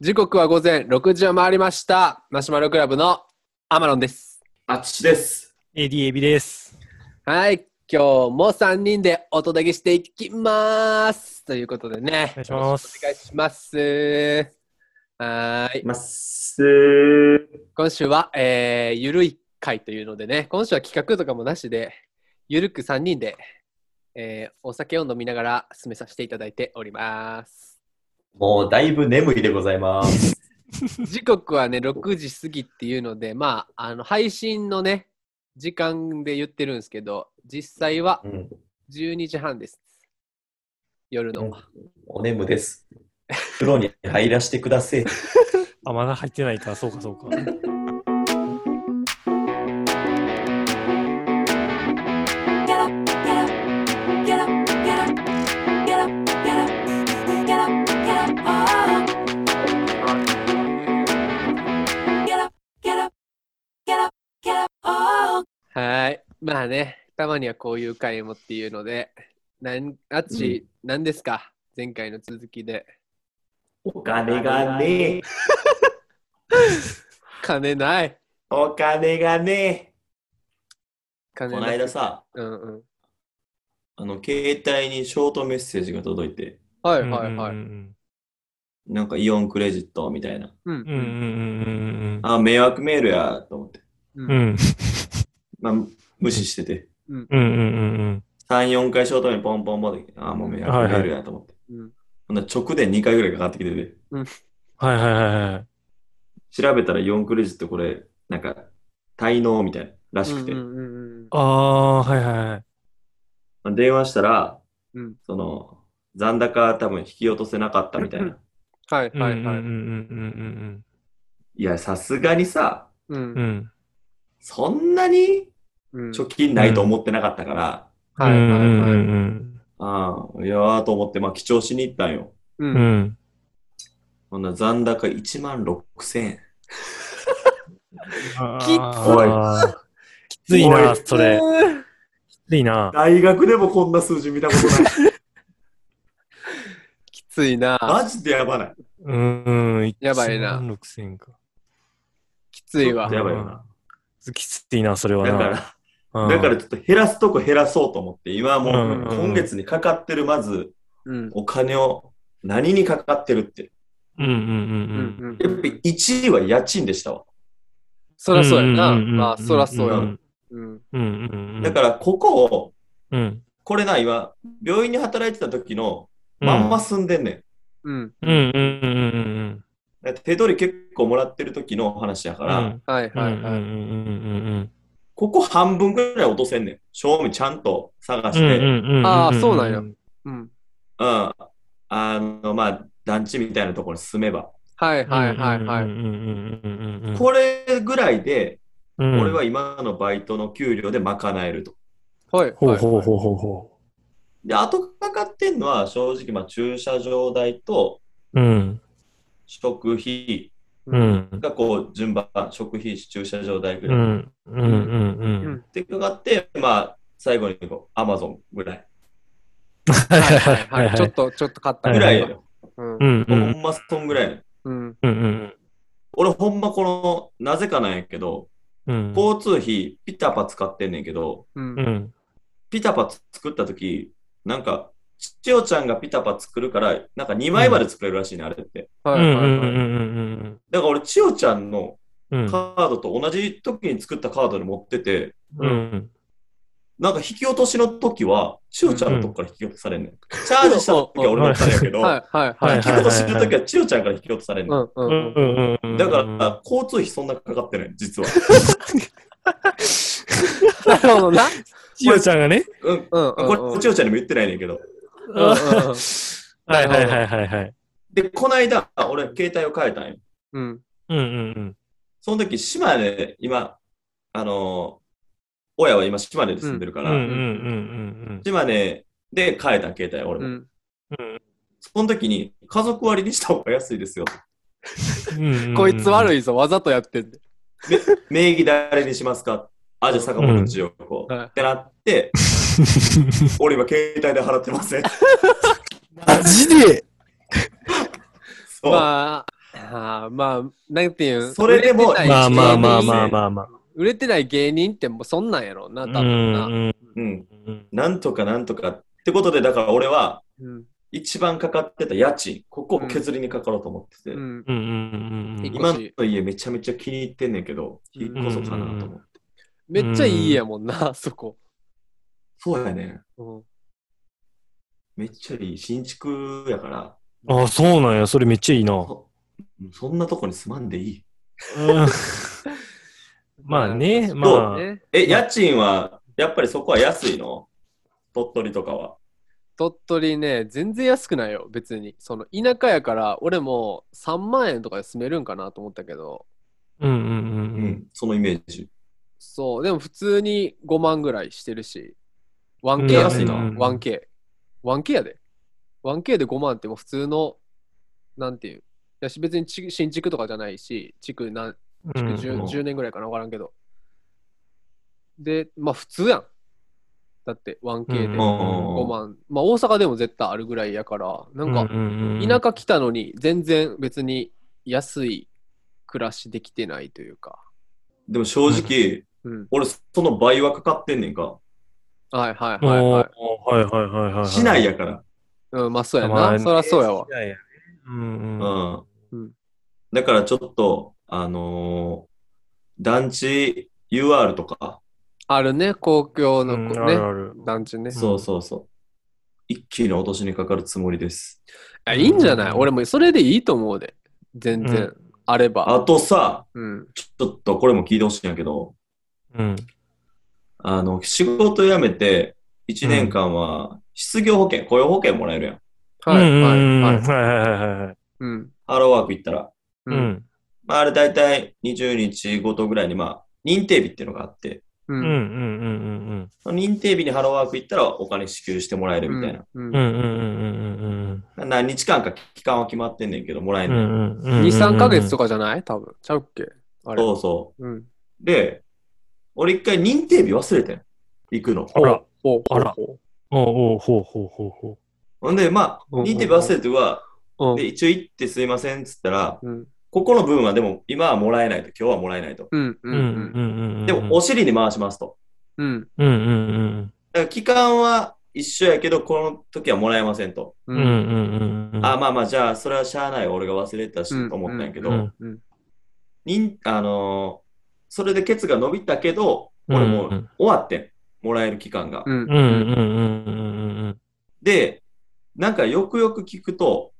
時刻は午前6時を回りました。マシュマロクラブのアマロンです。あっちです。 AD エビです。はい、今日も3人でお届けしていきます。ということでね。お願いしますお願いします。はーい。ます。う今週は、えー、ゆるい回というのでね、今週は企画とかもなしで、ゆるく3人で、えーお酒を飲みながら進めさせていただいております。もうだいぶ眠いでございます。時刻はね、6時過ぎっていうので、まあ、あの配信のね、時間で言ってるんですけど、実際はうん、 12時半です。夜の。お眠です。風呂に入らしてください。あ、まだ入ってないか、そうかそうか。 Get up, get up, get up, get up, get up, get up, get up, get up, oh. Get up, get up, get up, get up, oh. はい。まあね、たまにはこういう回もっていうので、なんあっち、何ですか前回の続きで。お金がねえ。金ない。お金がねえ。金このない。間さ、うんうん。あの、携帯にショートメッセージが届いて、ははいはいはい。うんんなんかイオンクレジットみたいな。ううんうんんうんあ、迷惑メールやと思って。ううんんうんうんまあ、無視してて。うんうん3、4回ショートメールポンポンポンって、あ、もう迷惑メールやと思って。うんほんなら直で2回ぐらいかかってきてて。はいはいはいはい。調べたら4クレジットこれ、なんか、滞納みたいな、らしくて。うんうんうんああ、はいはいはい。まあ電話したら、うんその、残高多分引き落とせなかったみたいな。はいうんうはんいはい。うんいや、さすがにさ、ううんうんんそんなにうん貯金ないと思ってなかったから、うはいんはうんいうはい。んああ、いやーと思って、まあ、記帳しに行ったんよ。ううんうんんほんなら残高1万6000円。あーきついな、それ。きついな。大学でもこんな数字見たこと ない。きついな。マジでやばない。うんうん。やばいな1万6000か。きついわちょ。やばいよな。きついな、それはだな。から、うんだからちょっと減らすとこ減らそうと思って、今はもうんううんうん今月にかかってる、まず、うんお金を何にかかってるって。うんうんううんんうん。うんやっぱ1位は家賃でしたわ。そらそうやな。んんんんまあそらそうやんわ。うんうんうんうん。だからここを、うん。これな、今、病院に働いてた時のまんま住んでんねん。うん。うんうんうんうんうん。だって手取り結構もらってる時の話やから、うんはいうんうはいんうんはい。うんここ半分ぐらい落とせんねん。正味ちゃんと探しうんて、うんうんうん。あーそうなんやんうん。うんあの、まあ、団地みたいなところに住めば。はいはいはいはうんい。うんうんうんうん。これぐらいで、うん俺は今のバイトの給料で賄えると。はい。ほうほうほうほうほで、後かかってんのは正直、まあ、駐車場代とう。うん。食費、う。ん。がこう順番、食費、駐車場代ぐうらいっん。うんうんうん。てかかって、まあ、最後にこうアマゾンぐらい。ははいいはいはい。ちょっと。と、ちょっと買ったぐらいやよ。うろ。んう。んうほん。んまそんぐらいやろ。うん。うん俺ほんまこの、なぜかなんやけど、うん。交通費、ピタパ使ってんねんけど、う。うんん。ピタパ作った時なんか、ちおちゃんがピタパ作るから、なんか2枚まで作れるらしいね、あれって。はういんうはいんうはい。んだから俺、ちおちゃんのうん。カードと同じ時に作ったカードに持ってて、うん。なんか引き落としの時は、ちおちゃんのとこから引き落とされんねん。チャージした時は俺のったんやけど、はいはいははいい引き落としの時は千代ちゃんから引き落とされるうの。んううんんう。うんんうん。だから、交通費そんなかかってない、 実は。なるほどな。ちよちゃんがね。うん。うんうんうん。これ、千代ちゃんにも言ってないねんけど。うんうんうんはいはいはいはいはい。で、この間、俺、携帯を変えたんよ。うん。うんうんその時、島根で、今、あのー親は今、島根で住んでるかうん。うら、んうん島根で変えた携帯、俺うも。ん。その時に、家族割にした方が安いですよ。うんうん。こいつ悪い。いぞ、わざとやってんで。 名義誰にしますかあ、じゃあ、坂本千代子。うんはいってなって、俺今、携帯で払っ てません。マジで そう。まあ、あまあ、なんていうんそれでも売てない まあまあま芸あ人まあまあまあ。売れてない芸人ってもうそんなんやろうな、う多ん分な。うん。うんなんとかなんとかってことで、だから俺はうん。一番かかってた家賃、ここを削りにかかろうと思ってて、うん。うんうんうんうん。今の家めちゃめちゃ気に入ってんねんけど、うん引っ越そうかなと思って。めっちゃいい家やもんな、そこ。そうやね。うん。めっちゃいい。新築やから、ああ、そうなんや。それめっちゃいい な。そそんなとこに住まんでいい。うんまあね、まあ。ねえ、家賃は、やっぱりそこは安いの鳥取とかは。鳥取ね、全然安くないよ、別に。その田舎やから、俺も3万円とかで住めるんかなと思ったけど、うんううんん、そのイメージ。そう、でも普通に5万ぐらいしてるし、1K うん安いな、うん 1K。1K やで。1K で5万ってもう普通の、なんていうん。やし別にち新築とかじゃないし、築なんうんうん。築 10,、うん10年ぐらいかな、わからんけど。で、まあ普通やん。だって 1K うでん5万。まあ大阪でも絶対あるぐらいやから、なんか田舎来たのに全然別に安い暮らしできてないというか。でも正直、うん。俺、その倍はかかってんねんか。はいはい舎はいはい。はいはいはいはい。市内やから。うん、まあそうやまな。あねそりゃそうやわ市。内やね。うんうん。ううんん。だからちょっと、あのー団地 UR とか、あるね、公共のうんこあねる、ある。団地ね。そうそうそう。一気に落としにかかるつもりです。あいいんじゃないうん俺もそれでいいと思うで。全う然。あれば。あとさ、うん。ちょっとこれも聞いてほしいんやけど、うん。あの、仕事辞めて、1年間は、失業保険、雇用保険もらえるやん。はういんはうんいうんはい。はいはいはいはい。うん。ハローワーク行ったら。う。うんん。まあ、あれ大体20日ごとぐらいに、まあ、認定日っていうのがあって、う。うんうんんうんその認定日にハローワーク行ったらお金支給してもらえるみたいな。う。うんうん。うんんうんうん何日間か期間は決まってんねんけど、もらえうんんうねん。ん。 2、3ヶ月とか。かじゃない多分。ちゃうっけあれ。そうそうん。う。で、俺一回認定日忘れてん。行くの。あら。おうあらおうおうおうほうほうほうほほんで、まあ、うん認定日忘れては、おうで、一応行ってすいませんっつったら、うん。ここの分はでも今はもらえないと、今日はもらえないと。うん。うう。ん。うん。んでも、お尻に回しますと。うん。うんうんうんだから期間は一緒やけど、この時はもらえませんと。ううんうんん。うんうん。あ、まあまあ、じゃあ、それはしゃあない、俺が忘れてたし、うんと思ったんやけど、うんうん。認あのーそれでケツが伸びたけど、うん俺もう終わってん。もらえる期間が。うん。うんうんうんうんで、なんかよくよく聞くと、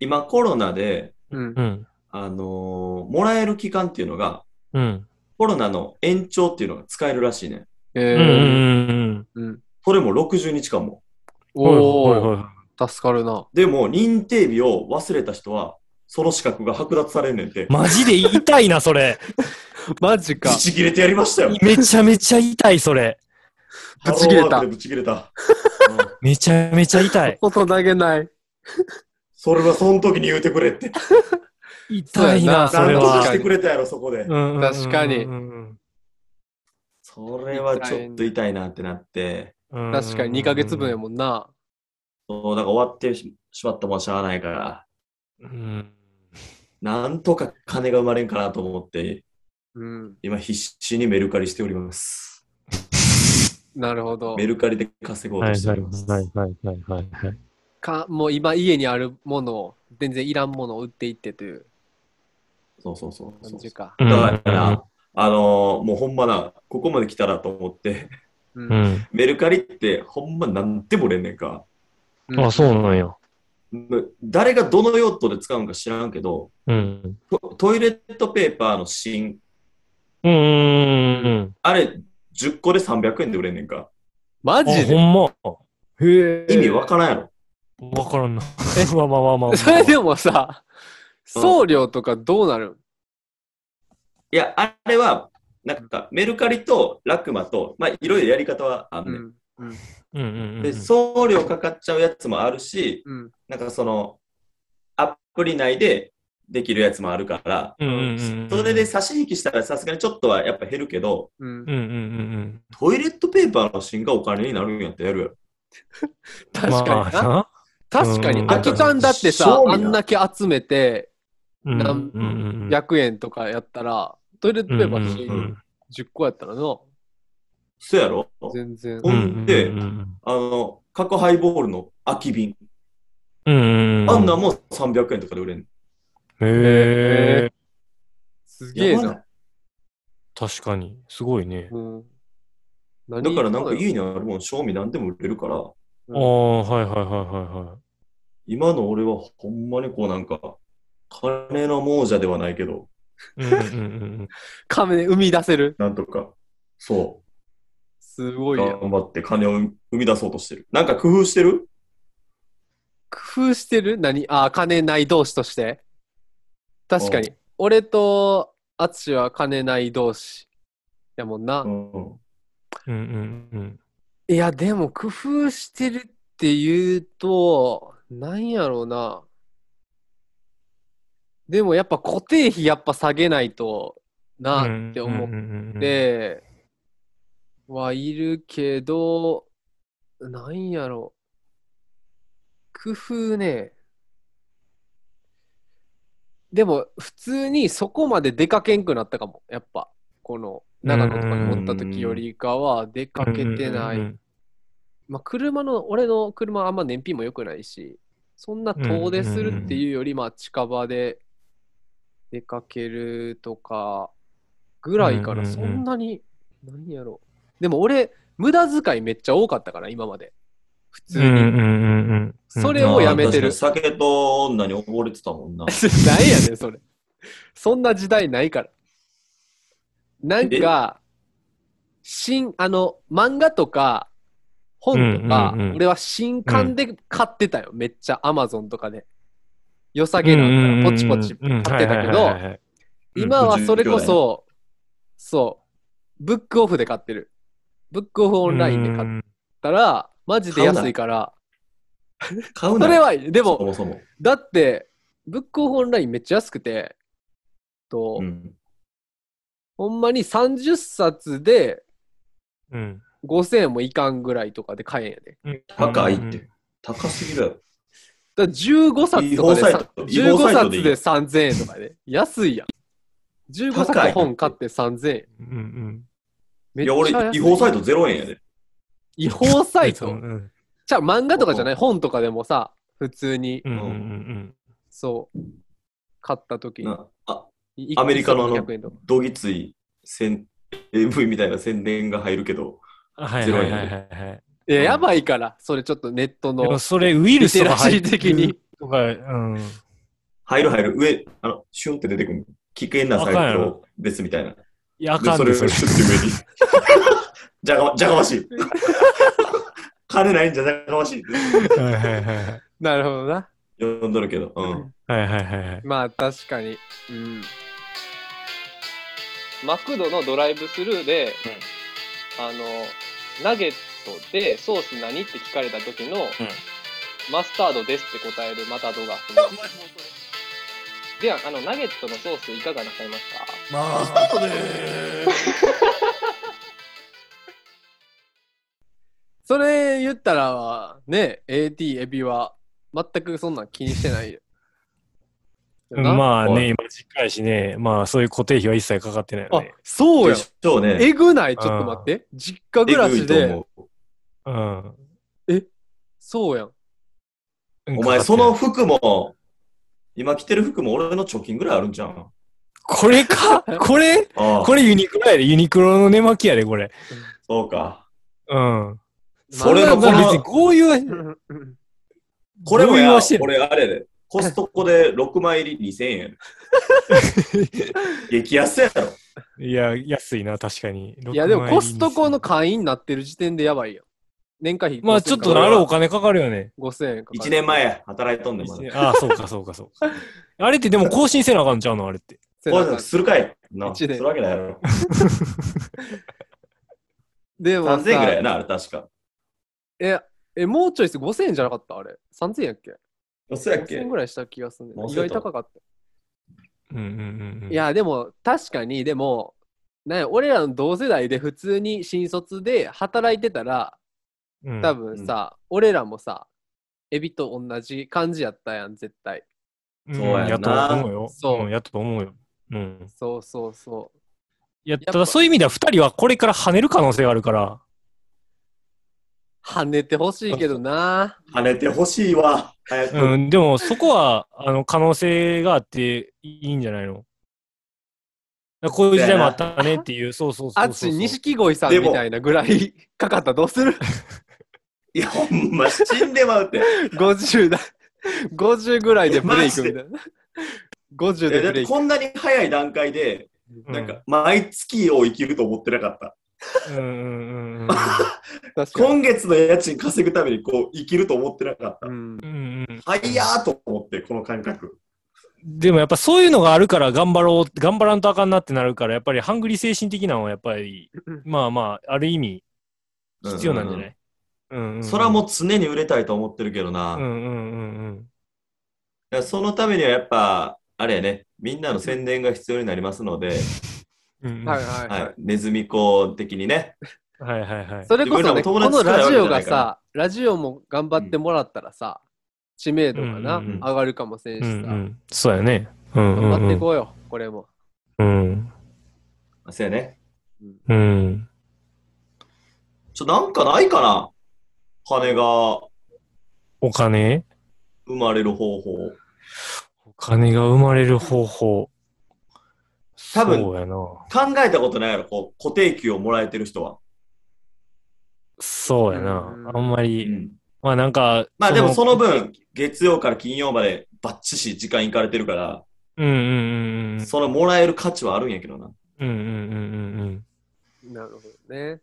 今コロナで、うんうん。うんあのーもらえる期間っていうのが、うんコロナの延長っていうのが使えるらしいねん。えうんうんーうん。うん。それも60日間も。おお。は助かるな。でも、認定日を忘れた人は、その資格が剥奪されんねんて。マジで痛いな、そ れ。マジかぶ。ち切れてやりましたよ。めちゃめちゃ痛い、それ。ぶち切れたハローワー クでぶち切れた。うんめちゃめちゃ痛い。音投げない。それはその時に言うてくれって。痛いな、そ そ何れとかしは。てくれたやろ、そこで。確確かにそれはちょっと痛いなってなって。確かに2ヶ月分やもんな。そう、だから終わってししまったもんしゃあないから、うん。なんとか金が生まれんかなと思って、うん。今必死にメルカリしております。なるほどメ。ルカリで稼ごうはといしておはいります。はいはいはいはい。かもう今家にあるものを全然いらんものを売っていってというそうそうそうそ感う。じか。だから、あのーもうほんまな、ここまで来たらと思って、 ううんん。メルカリってほんまなんでも売れんねんか。あ、そうなんや。誰がどの用途で使うんか知らんけど、うん。トトイレットペーパーの芯、うんうん。あれ10個で300円で売れんねんか。マジほでんま。へえ。意味わからんやろ。わからんな。 まあまあまあまあ。それでもさ、送料とかどうなるいや、あれは、なんか、メルカリとラクマと、まあ、いろいろやり方はあんうねん。んうんうんうん。で、送料かかっちゃうやつもあるし、うんなんかその、アプリ内でできるやつもあるから、うんうんうん。それで差し引きしたらさすがにちょっとはやっぱ減るけど、うんうんうんうんトイレットペーパーの芯がお金になるんやったらやるやろ。うん。確かにな。。確かにうん空き缶だってさ賞味あなんだけ集めてうんう何んうん100円とかやったら、トイレットペーパーうんうん10個やったらの、そうやろ全然。ほんでうんうんあの、角ハイボールの空き瓶。うんうんうんあんなんも300円とかで売れんの。へえすげえやばな。ない確かにすごいねうん、だからなんかい、家にあるもん、賞味何でも売れるから、うあんあはいはいはいはいはい今の俺はほんまにこうなんか、金の亡者ではないけど、うんうんうん金生み出せる。なんとか、そすごう、いやん。頑張って金を生み出そうとしてる。なんか工夫してる工夫してる何あー、金ない同士として。確かに。俺と淳は金ない同士。やもんな。うん。うんうんうんいや、でも工夫してるって言うと、なんやろうな。でもやっぱ固定費やっぱ下げないとなって思っうんうんうんうんで、はいるけど、なんやろう。工夫ね。でも、普通にそこまで出かけんくなったかも。やっぱ、この、長野とかにおった時よりかは出かけてなうんうい。んまあ、車の、俺の車はあんま燃費も良くないし、そんな遠出するっていうより、まあ、近場で出かけるとかぐらいかうら、んうんうんそんなに、何やろう。でも俺、無駄遣いめっちゃ多かったから、今まで。普通うんうんに。うんうんうんそれをやめてる。あー確かに酒と女に溺れてたもんな 何やねん、それ。そんな時代ないから。なんか、新、あの、漫画とか、本とか、うんうんうん俺は新刊で買ってたよ、めっちゃ、アマゾンとかで。良さげなうんうんかうんんら、うんポチポチ買ってたけはいはいどはい、はいうん今はそれこ50秒そ、そう、ブックオフで買ってる。ブックオフオンラインで買ったら、マジで安いから、 買うそなれよはいい。でそも、もそも。だって、ブックオフオンラインめっちゃ安くて、と、うん。ほんまに30冊でうん5000円もいかんぐらいとかで買えんやで。うん高いって。高すぎるやろ。だから15冊とかで違法サイト違15法サイ冊トでいいで3000円とかで。安いやん。15高い冊本買って3000円。うんうんめいっちゃや、俺安い、違法サイト0円やで。違法サイうトんうんじゃあ漫画とかじゃない本とかでもさ、普通に、うんうんそう、買った時になあ、いアメリカのあの100円とかどぎつい宣 AV みたいな宣伝が入るけど、うんはいはいはいはいはいいや、やばいから、それちょっとネットでもの。それウイルスとか入っリテてラシー的にるとか、うん。入る入る、上、あの、シュンって出てくる。危険なサあかんやイトろですみたいな。いや、あで、かんそでれをすシュッよて上に。 じゃが、じゃがまし い。金ないんじゃじゃがましい。はいはいはいはいなるほどな。呼んどるけど、うん。はいはいはいはい。まあ確かに。うん。マクドのドライブスルーで、あの、ナゲットでソース何って聞かれた時の、マスタードですって答えるマタドが。では、あの、ナゲットのソースいかがなさいますかまあ、スタートでそれ言ったら、ね、AT エビは全くそんなん気にしてないよ。あ、まあおいね、今、実いしね、まあ、そういう固定費は一切かかってないよあね。そうやで。しょうね。えぐないちょっと待って。実家暮らえぐしいとで、思う。うん。そうやん。お前、その、服も、今着てる服も俺の貯金ぐらいあるんじゃん。これかこれ ああ、これユニクロやで、ユニクロの寝巻きやで、これ。そうか。うん。それのまあこの別にこういう、これも合意やはして、る俺あれやで。コストコで6枚入り2000円や で。激安やろ。いや、安いな、確かに。いやでもコストコの会員になってる時点でやばいよ。年会費まあ、ちょっと、あれお金かかるよね。 5000円かかる。 1年。前働いとんねん、まだ。ああ、そうか、そうか、そうか。 あれってでも更新せなあかんちゃうのあれって。こういうのするかいな。す一年るわけないやろ。でもさ3000円ぐらいやな、あれ確か。え、え、もうちょいして5000円じゃなかったあれ。3000円やっけそうやっ ?5000 け円ぐらいした気がする、ね忘。意れた外高かった。うんうんうんうん。い、やでも確かにでもなんや俺らの同世代で普通に新卒で働いてたらうん、多分さ、俺らもさエビと同じ感じやったやん絶対そうやなやと思うよ。そうんやと思うよ。うん。そうそうそう。いや、やっぱただそういう意味では二人はこれから跳ねる可能性があるから。跳ねてほしいけどな。跳ねてほしいわ。早く。うん、でもそこは、あの、可能性があっていいんじゃないのだからこういう時代もあったねっていう、そうそうそうあそう。っち、錦鯉さんみたいなぐらいかかったらどうするいや、ほんま、死んでまう って。 ?50 だ。50ぐらいでブレイクみたいな。50いでやだっブレてイク。こんなに早い段階で、うんなんか、毎月を生きると思ってなかった。うんうんうんうん。確かに。今月の家賃稼ぐために、こう、生きると思ってなかったう。んう、んうん早ーと思って、この感覚。でもやっぱそういうのがあるから頑張ろう、頑張らんとあかんなってなるから、やっぱりハングリー精神的なのはやっぱり、まあまあ、ある意味必要なんじゃない、うんうんうんそれはもう常に売れたいと思ってるけどな。うだかんうんうんらそのためにはやっぱ、あれやね、みんなの宣伝が必要になりますので、うんうん。ははいいはいは。はいい、ネズミ子的にね。はいはい。それこそね、自こ分らもの友達作ラらないわけジじゃオながいからさ、ラジオも頑張ってもらったらさ、知名度がな、うんうんうん上がるかもせんしうさ、んうん、そうやね。うんうん、う頑ん。張っていこうよ、これも。うん。そうやね。うん。ちょ、なんかないかな羽がお金生まれる方法。お金が生まれる方法。多分そうやな。考えたことないやろ、こう、固定給をもらえてる人は。そうやなう。んあんまうり、ん。まあなんか、まあでもその分、月曜から金曜までバッチし時間いかれてるから、うんうんうんうん。そのもらえる価値はあるんやけどな。うんうんうんうんうん。なるほどね。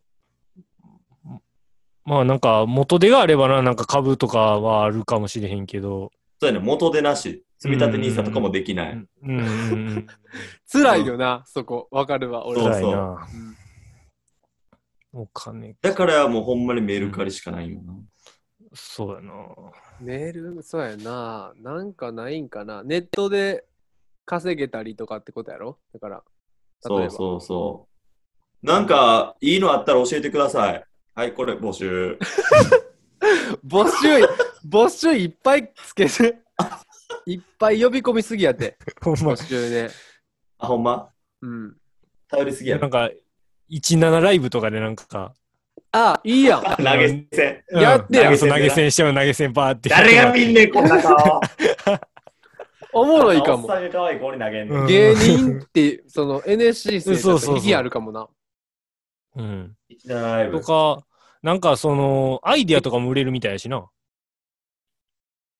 まあなんか元手があればな、なんか株とかはあるかもしれへんけど。そうやね、元手なし、積み立て NISA とかもできなうい。んうんうん。辛いよな、そこ。わかるわ、俺そうは。辛いな。お金、だからもうほんまにメルカリしかないよな。そ うやな。メール、そうやな。なんかないんかな。ネットで稼げたりとかってことやろだから、例そえうば。そうそう。なんか、いいのあったら教えてください。はい、これ募集。募 集、募集いっぱいつけて、いっぱい呼び込みすぎやって、ほんま募集ね。あ、ほんまうん。頼りすぎやなろん。か、17ライブとかでなんか、あ、いいやん。投げ銭。やってやうんそう投げ銭しても投げ銭バーって。誰が見んねん、こんな顔。おもろいかおっも。さんが可愛い子に投げんね。うんん芸人って、その NSC 生そうそう活そう意義あるかもな。うん。一段ライブとか、なんかその、アイディアとかも売れるみたいやしな。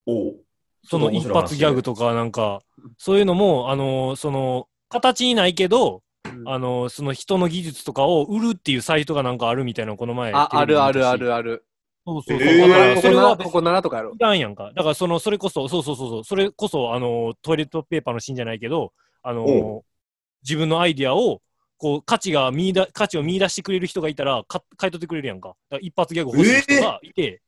おうその一発ギャグとかなんか、そういうのも、あの、その、形にないけど、うんあの、その人の技術とかを売るっていうサイトがなんかあるみたいなのこの前。あ、あテレビでる見あたしるあ。るある。そうそうそう。えーだからこそこれなはここ7とかやろい。らんやんか。だからその、それこそ、そうそうそうそう、それこそ、あの、トイレットペーパーのシーンじゃないけど、あうの、自分のアイディアを、こう、価値が見出、価値を見出してくれる人がいたら、か買い取ってくれるやんか。だから一発ギャグ欲しい人がいて、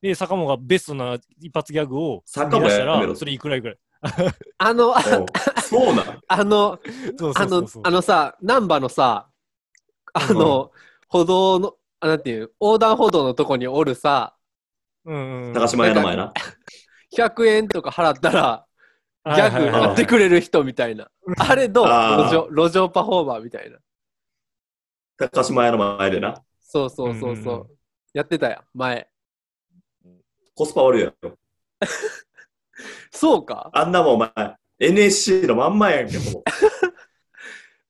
で、坂本がベストな一発ギャグを坂見も出しやためろら、それいくらいくらい。あの、あおうそう なん。あの、そうそあうそのうそ、うあのさ、難波のさ、あの、歩道の、あなんていう、横断歩道のとこにおるさ、うんうん高島屋の前な。 100円とか払ったら、ギはいャはいはいグ買ってくれる人みたいな。あれどうあ路ー上路上パフォーマーみたいな。高島屋の前でな。そうそうそうそう。うんうんやってたやん、前。コスパ悪いやろ。そうかあんなもんお前、NSC のまんまや んけ、もう。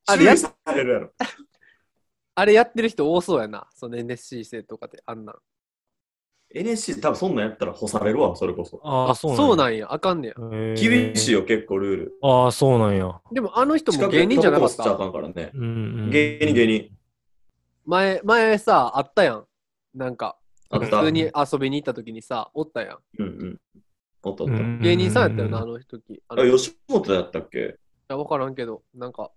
あれ注や意されるやろ。あれやってる人多そうやな。その NSC 生とかであんなん。 NSC 多分そんなんやったら干されるわ、それこそ。ああ、そうそうななんんや。あかんねや。や。厳しいい。よ、結構ルール。ああ、そうなんや。でもあの人も芸人じゃなかっ近くでタバコ吸ちゃあた。かんからね。うんうん芸人、芸人。前、前さ、あったやん。なんか、あった。普通に遊びに行った時にさ、おったやん。うんうん。おっとっうんうんうん芸人さんやったよな、あの時。あた。のあ、い吉本やったっけや、わからんけど、なんか、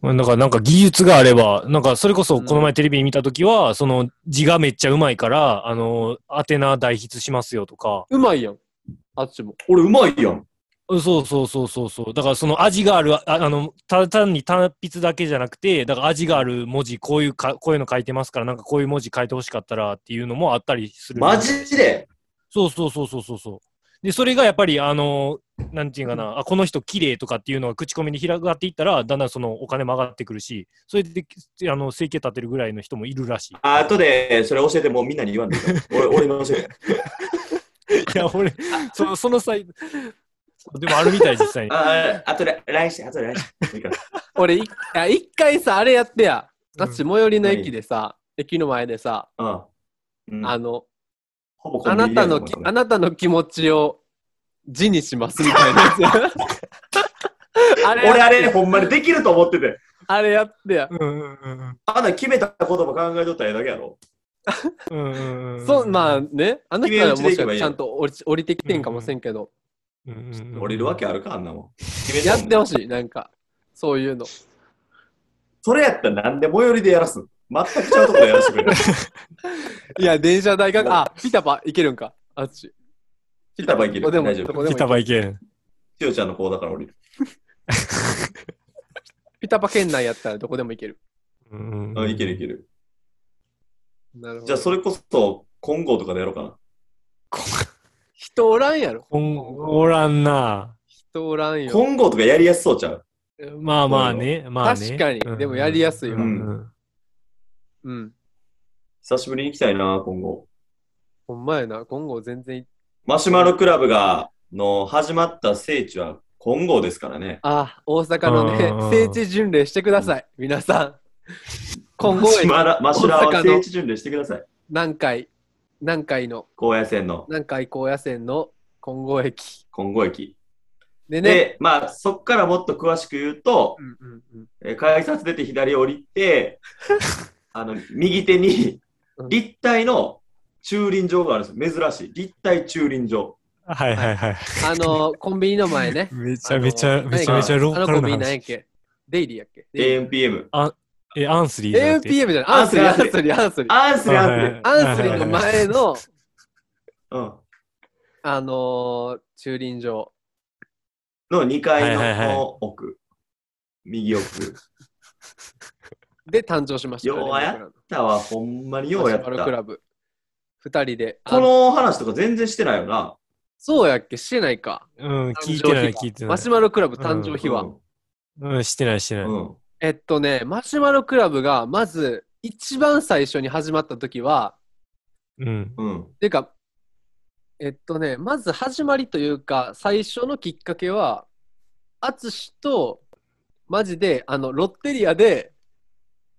まあなんか、なんか技術があれば、なんか、それこそ、この前テレビ見たときは、その、字がめっちゃうまいから、あの、アテナ代筆しますよとか、うまいやん。あっちも。俺、うまいやん。そうそうそうそうそう。だから、その味がある、ああの、た単に単筆だけじゃなくて、だから味がある文字、こういうか、こういうの書いてますから、なんかこういう文字書いてほしかったらっていうのもあったりする。マジでそうそうそうそうそうそう。で、それがやっぱり、あのーなんていうかな、あ、この人綺麗とかっていうのが口コミに広がっていったら、だんだんそのお金も上がってくるし、それで、あの、生計立てるぐらいの人もいるらしい。あとで、それ教えて、もうみんなに言わんでいいから。俺、俺の教え て。いや、俺、その、その際、でもあるみたい、実際に。ああとで、来週、あとで来週。いいから俺いあ一回さあれやってやうんあっち最寄りの駅でさ、駅の前でさ、うんうんあのほぼコあンビなニだたよのきあなたの気持ちを字にしますみたいな やつあれ俺、やあれね、ほんまにできると思ってて。あれやってや、うんうんうんあんな決めた言葉考えとったらええだけやろ。うんうんうん。そうまあねあの人はもしかしたらちゃんと降り降りてきてんかもせんけど、うんうんうん、降りるわけあるか、あんなもん。決めやたっんてだほしいなんかそういうのそれやったらなんで最寄りでやらすん全くちゃうとこでやらしてく れる。いや電車大学あピタパいけるんかあっちピタパいけどこる。でも大丈ど夫こ。でもピいけタるバイケン。千代ちゃんの子だから降りる。ピタパ圏内やったらどこでもいけるうんうん、いけるいける。なるほどじゃあ、それこそ、金剛とかでやろうかな。人おらんやろこんおらんな。人おらんよ金剛とかやりやすそうちゃう。まあまあね。まあね。確かにでもやりやすいわうんうんうん久しぶりに行きたいな、今後。ほんまやな、今後全然い。マシュマロクラブが、の、始まった聖地は金剛ですからね。あ、大阪のあーね、聖地巡礼してください、皆さん。今後マシュマロマシュラ大は阪の聖地巡礼してください。何回、何回の、高野線の何回高野線の金剛駅。金剛駅。でね、で、まあ、そっからもっと詳しく言うと、うんうんうん、えー改札出て左降り て、あの、右手にうん立体の駐輪場があるんですよ。珍しい。立体駐輪場。はいはいはい。。あのー、コンビニの前ね めちゃめちゃ、あのーめちゃめちゃロあーのカコルンビなニなんや話っ。けデイリーやっけ AMPM。え、アンスリーじゃな AMPM くてじゃない、アンスリー、アアンンスリースリー、アンスリー。アンスリー、アンスリー。アンスリーの前の、うん。あのー、駐輪場。の2階はいはいはいの奥。右奥。で誕生しました、ようやっタワーほんまにようやっマシュマロクた。ラブ。二人で。あこの話とか全然してないよな。そうやっけしてないか。うん、聞いてない聞いてなマい。シュマロクラブ誕生日は、うん、してないしてなうい。ん。うん。えっとねマシュマロクラブがまず一番最初に始まった時はうん。うん。っていうかえっとねまず始まりというか最初のきっかけは淳とマジであのロッテリアで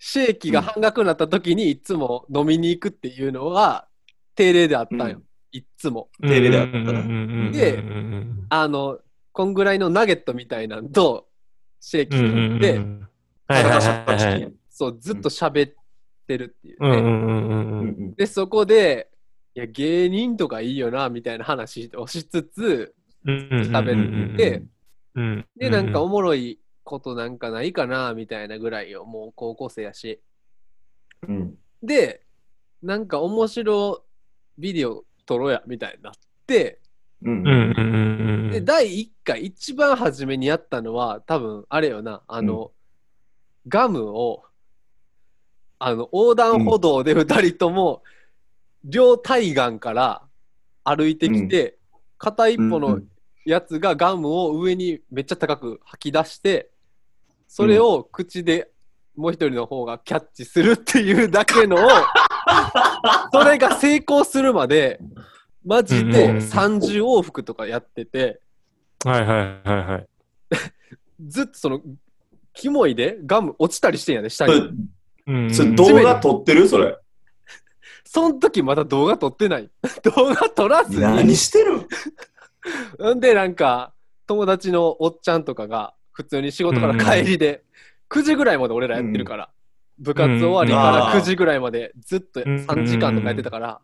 シェーキが半額になった時にいつも飲みに行くっていうのは定例であったんよ、うんいっつも定例だったななでうんうんあのこんぐらいのナゲットみたいなんとシェーキうんうんうんうん。で、はいはいシャカはシャカチキいはンやい。んそうずっと喋ってるっていううね、んうんうんううんうん。うんんで、そこで、いや、芸人とかいいよな、みたいな話をしつつ、喋って、うん。で、なんかおもろいことなんかないかな、みたいなぐらいよ、もう高校生やし。うん。で、なんか面白ビデオ撮ろうや、みたいになって、ううんうんん。うんうんうで、ん。第1回、一番初めにやったのは、多分、あれよな、あの、ガムを、あの、横断歩道で2人とも、両対岸から歩いてきて、片一歩のやつがガムを上にめっちゃ高く吐き出してそれを口でもう一人の方がキャッチするっていうだ けのをそれが成功するまでマジうんでうん30往復とかやっててはいはいはいはい。ずっとそのキモいでガム落ちたりしてんやで下それに、うんうんそれ動画撮ってるそれ。そん時まだ動画撮ってない 動画撮らずに何してるんでなんか友達のおっちゃんとかが普通に仕事から帰りで9時ぐらいまで俺らやってるから、部活終わりかうんら9時ぐらいまでずっとん3時間とかやってたから、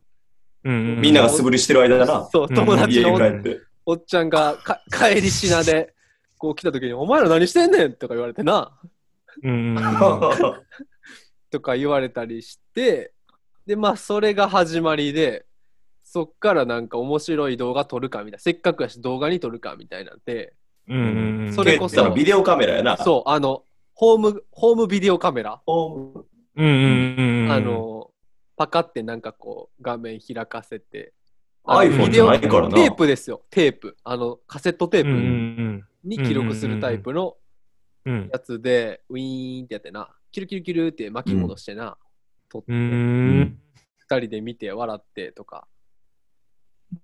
うんうんみんなが素振りしてる間だな。そう友達家のにお帰って。おっちゃんがか帰り品でこう来た時に「お前ら何してんねん!」とか言われてなうんうんうんとか言われたりしてでまあそれが始まりでそっからなんか面白い動画撮るかみたいなせっかくやし動画に撮るかみたいなんでうんうん。それこそ携帯のビデオカメラやな。そうあのホームホームビデオカメラう。うんうんうんうん。あの、パカってなんかこう画面開かせて、あのビ iPhone デオじゃないからなテープですよ、テープ。あの、カセットテうんうんープに記録するタイプのうんうんやつで、ウィーンってやってな、キルキルキルって巻き戻してな、撮って、う二んうん人で見て笑ってとか、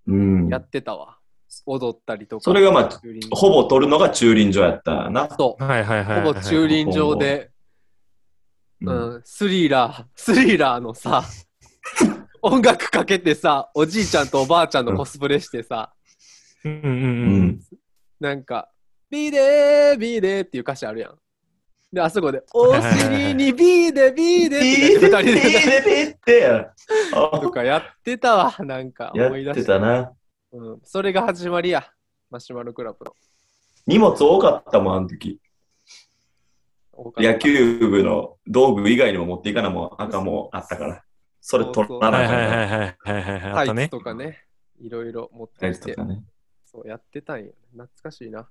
うんやってたわ。踊ったりとか。それがまあ駐輪ほぼ取るのが駐輪場やったな。そう。はいはいはいはいほぼ駐輪場はで、ううんん、スリラー、スリラーの さ、音楽かけてさ、おじいちゃんとおばあちゃんのコスプレしてさ、うんうんううんん。なんか、ビーでー、ビーでーっていう歌詞あるやん。で、あそこで、お尻にビーで、ビーでーって二人で歌って。あとかやってたわ、なんかや思いっ出てしたな。うん、それが始まりや、マシュマロクラブの荷物多かったもん、あの時。多かった。野球部の道具以外にも持っていかなもん、赤もあったから。それ取らはいなはいはいかっはいはいはいはいタあったイツねとかね、いろいろ持ったてやつきとてか、ね。そうやってたんや。懐かしいな。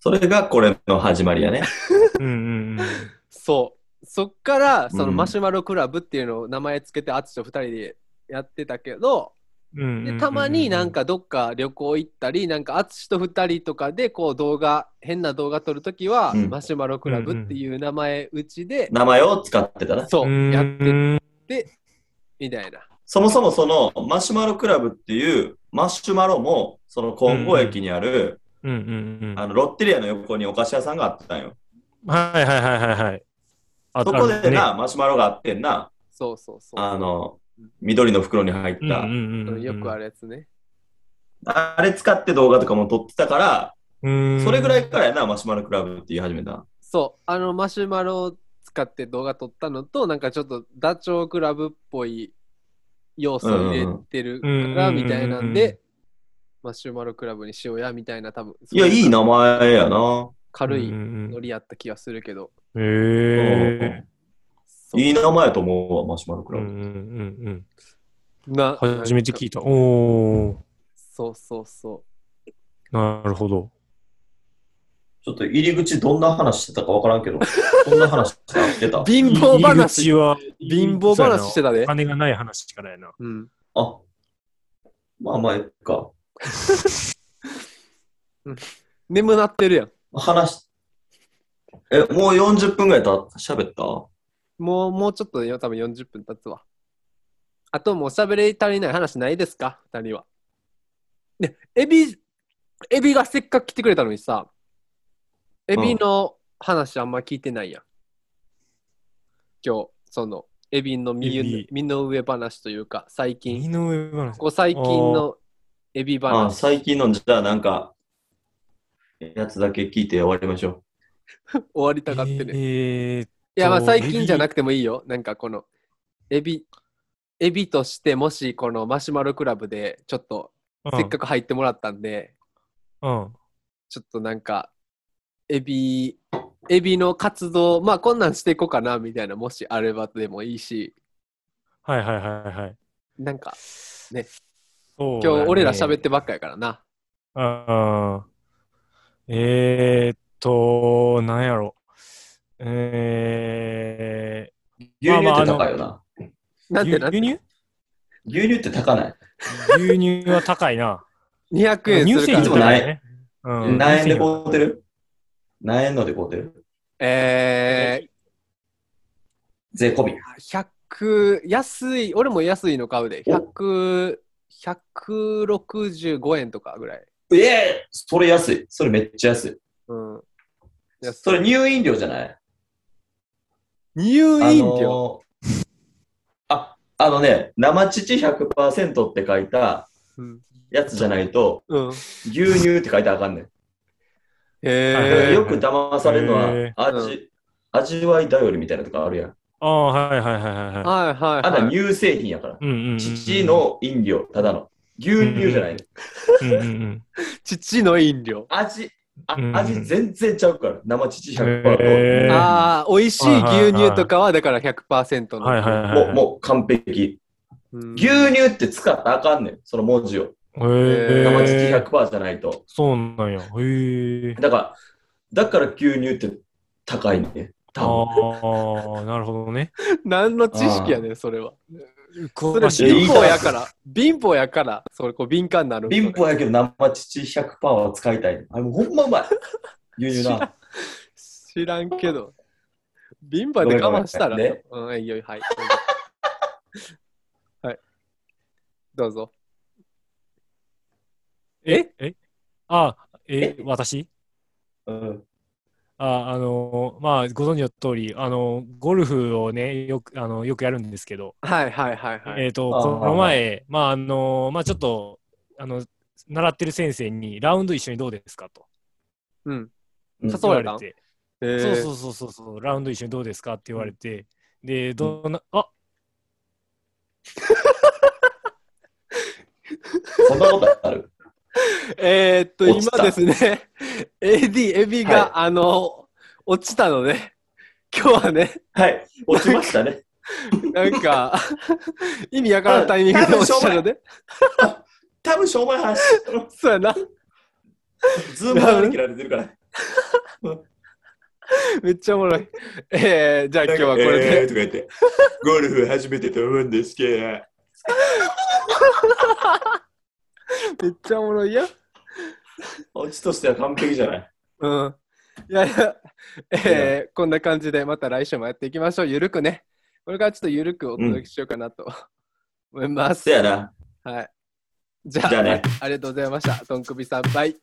それがこれの始まりやね。うんうんうんそう。そっから、そのうんマシュマロクラブっていうのを名前つけて、アツシと2人でやってたけど、うんうんうんうでんたまになんかどっか旅行行ったり、なんかアツシと2人とかでこう動画、変な動画撮るときは、うんマシュマロクラブっていう名前うちで、名前を使ってたな。そう、んやってうんみたいな。そもそもそのマシュマロクラブっていうマシュマロも、その金剛駅にある、うんうんあのロッテリアの横にお菓子屋さんがあったんよ。うんはいはいはいはいはいあそこであな、マシュマロがあってんな。そうそうそう。あの、緑の袋に入っるねたうん。うんうんううんんよくあるるやつね。あれ使って動画とかも撮ってたから、そそれぐらいからやな、マシュマロクラブって言い始めた。そう、あのマシュマロを使って動画撮ったのと、なんかちょっとダチョウ倶楽部っぽい要素を入れてるかうらんうんうんみたいなんうんうんうんで、マシュマロクラブにしようやみたいな、多分いや、いい名前やな。軽いノいリやった気がするけど、へえそういい名前やと思うわ、マシュマロクうんラうブ。んうんうんな初めて聞いいたおーそうそうそなるほどちょっと入り口どんな話してたかわからんけど、こんな話してた う。。貧乏入り口話、は貧乏話してたで。金がない話からやなうん。あ、まあまあ、えっか。眠なってるやん。話し、え、もう40分ぐらいた喋ったもう、もうちょっとで多分40分経つわ。あともうおしゃべり足りない話ないですか二人は。ね、エビ、エビがせっかく来てくれたのにさ、エビの話あんま聞いてないやん。今日、その、エビの身エビ身の上話というか、最身近、の上話ここ最近のエビあ話。最近の、じゃあなんか、やつだけ聞いて終わりましょ終わりたがってね。えーいや、まあそう最近じゃなくてもいいよ。なんかこの、エビ、エビとしてもしこのマシュマロクラブでちょっとうんせっかく入ってもらったんで、うんちょっとなんか、エビ、エビの活動、まあこんなんしていこうかなみたいな、もしあればでもいいし、はいはいはいはいなんか、今今日俺ら喋ってばっかやからな。ああ。えー、っと、なんやろ。えう。牛乳まあまっああての高いよな。なー、んてなん牛て乳牛乳って高ない。牛乳は高いな。 200円乳す製るかいつ品らもね。ないね。うん何円で買うてる何円ので買うてるえ税込み。ー、100、安い、俺も安いの買うで、100、165円とかぐらい。ええそれ安い。それめっちゃ安い。うん。それ入院料じゃない入あ院料、のーあ、あのね、生乳100%って書いたうん。やつじゃないと、うん。牛乳って書いてあかんねん。はいはいえよく騙されるのへはー、味、味わい頼りみたいなとこあるやん。ああ、はいはいはいはー、いはい。はいはい、あんなはい。乳製品やから。うんうんうんうん乳、の飲料、ただの。牛乳じゃないねん。うんうんうん父の飲料。味、あうん味全然ちゃうから。生乳へー100%ああ、美味しい牛乳とかはだから100%の。はいはいと。はもう、いはい。もう完璧。うん牛乳って使ったらあかんねん。その文字を。へ生乳ー、 100%じゃないと。そうなんや。へえ。だから、だから牛乳って高いね。あ多分あ、なるほどね。何の知識やねん、それは。詳それしいな貧乏やから、貧乏やから、それこう敏感になるん。貧乏やけど生乳100%は使いたい。あれもうほんまうまい。牛知乳ら んな。知らんけど。貧乏で我慢したら。ごめんごめうんん、いいよ、はい。 はい。どうぞ。ええあ、え、私うん。あ、あのーまあ、ご存知の通り、あのーゴルフをね、よく、あのよくやるんですけど、はいはいはいはい。えっ、と、あーこの前、まあ、あのーまあ、ちょっと、あの、習ってる先生に、ラウンド一緒にどうですかとうん。うん誘言わわれたれんて、え。そうそううそうそうそう、ラウンド一緒にどうですかって言われて、で、どんな、あそんなことある。えーっと、落ちた今ですね、AD、エビはいが、あの、落ちたのね。今日はね、はい。落ちましたね。なんか、 意味わからんタイミングで落ちたので、多分しょうもない話。そうやな。ズームアウト切られてるから。めっちゃおもろい。えー、じゃあ今日はこれえで。ーとか言って。ゴルフ初めてと思うんですけど。めっちゃおもろいや。落ちとしては完璧じゃない。うん。いやいや、えー、こんな感じでまた来週もやっていきましょう。ゆるくね。これからちょっとゆるくお届けしようかなと思います。せやな。はい。じゃあじゃあねありがとうございました。トンクビさん、バイ。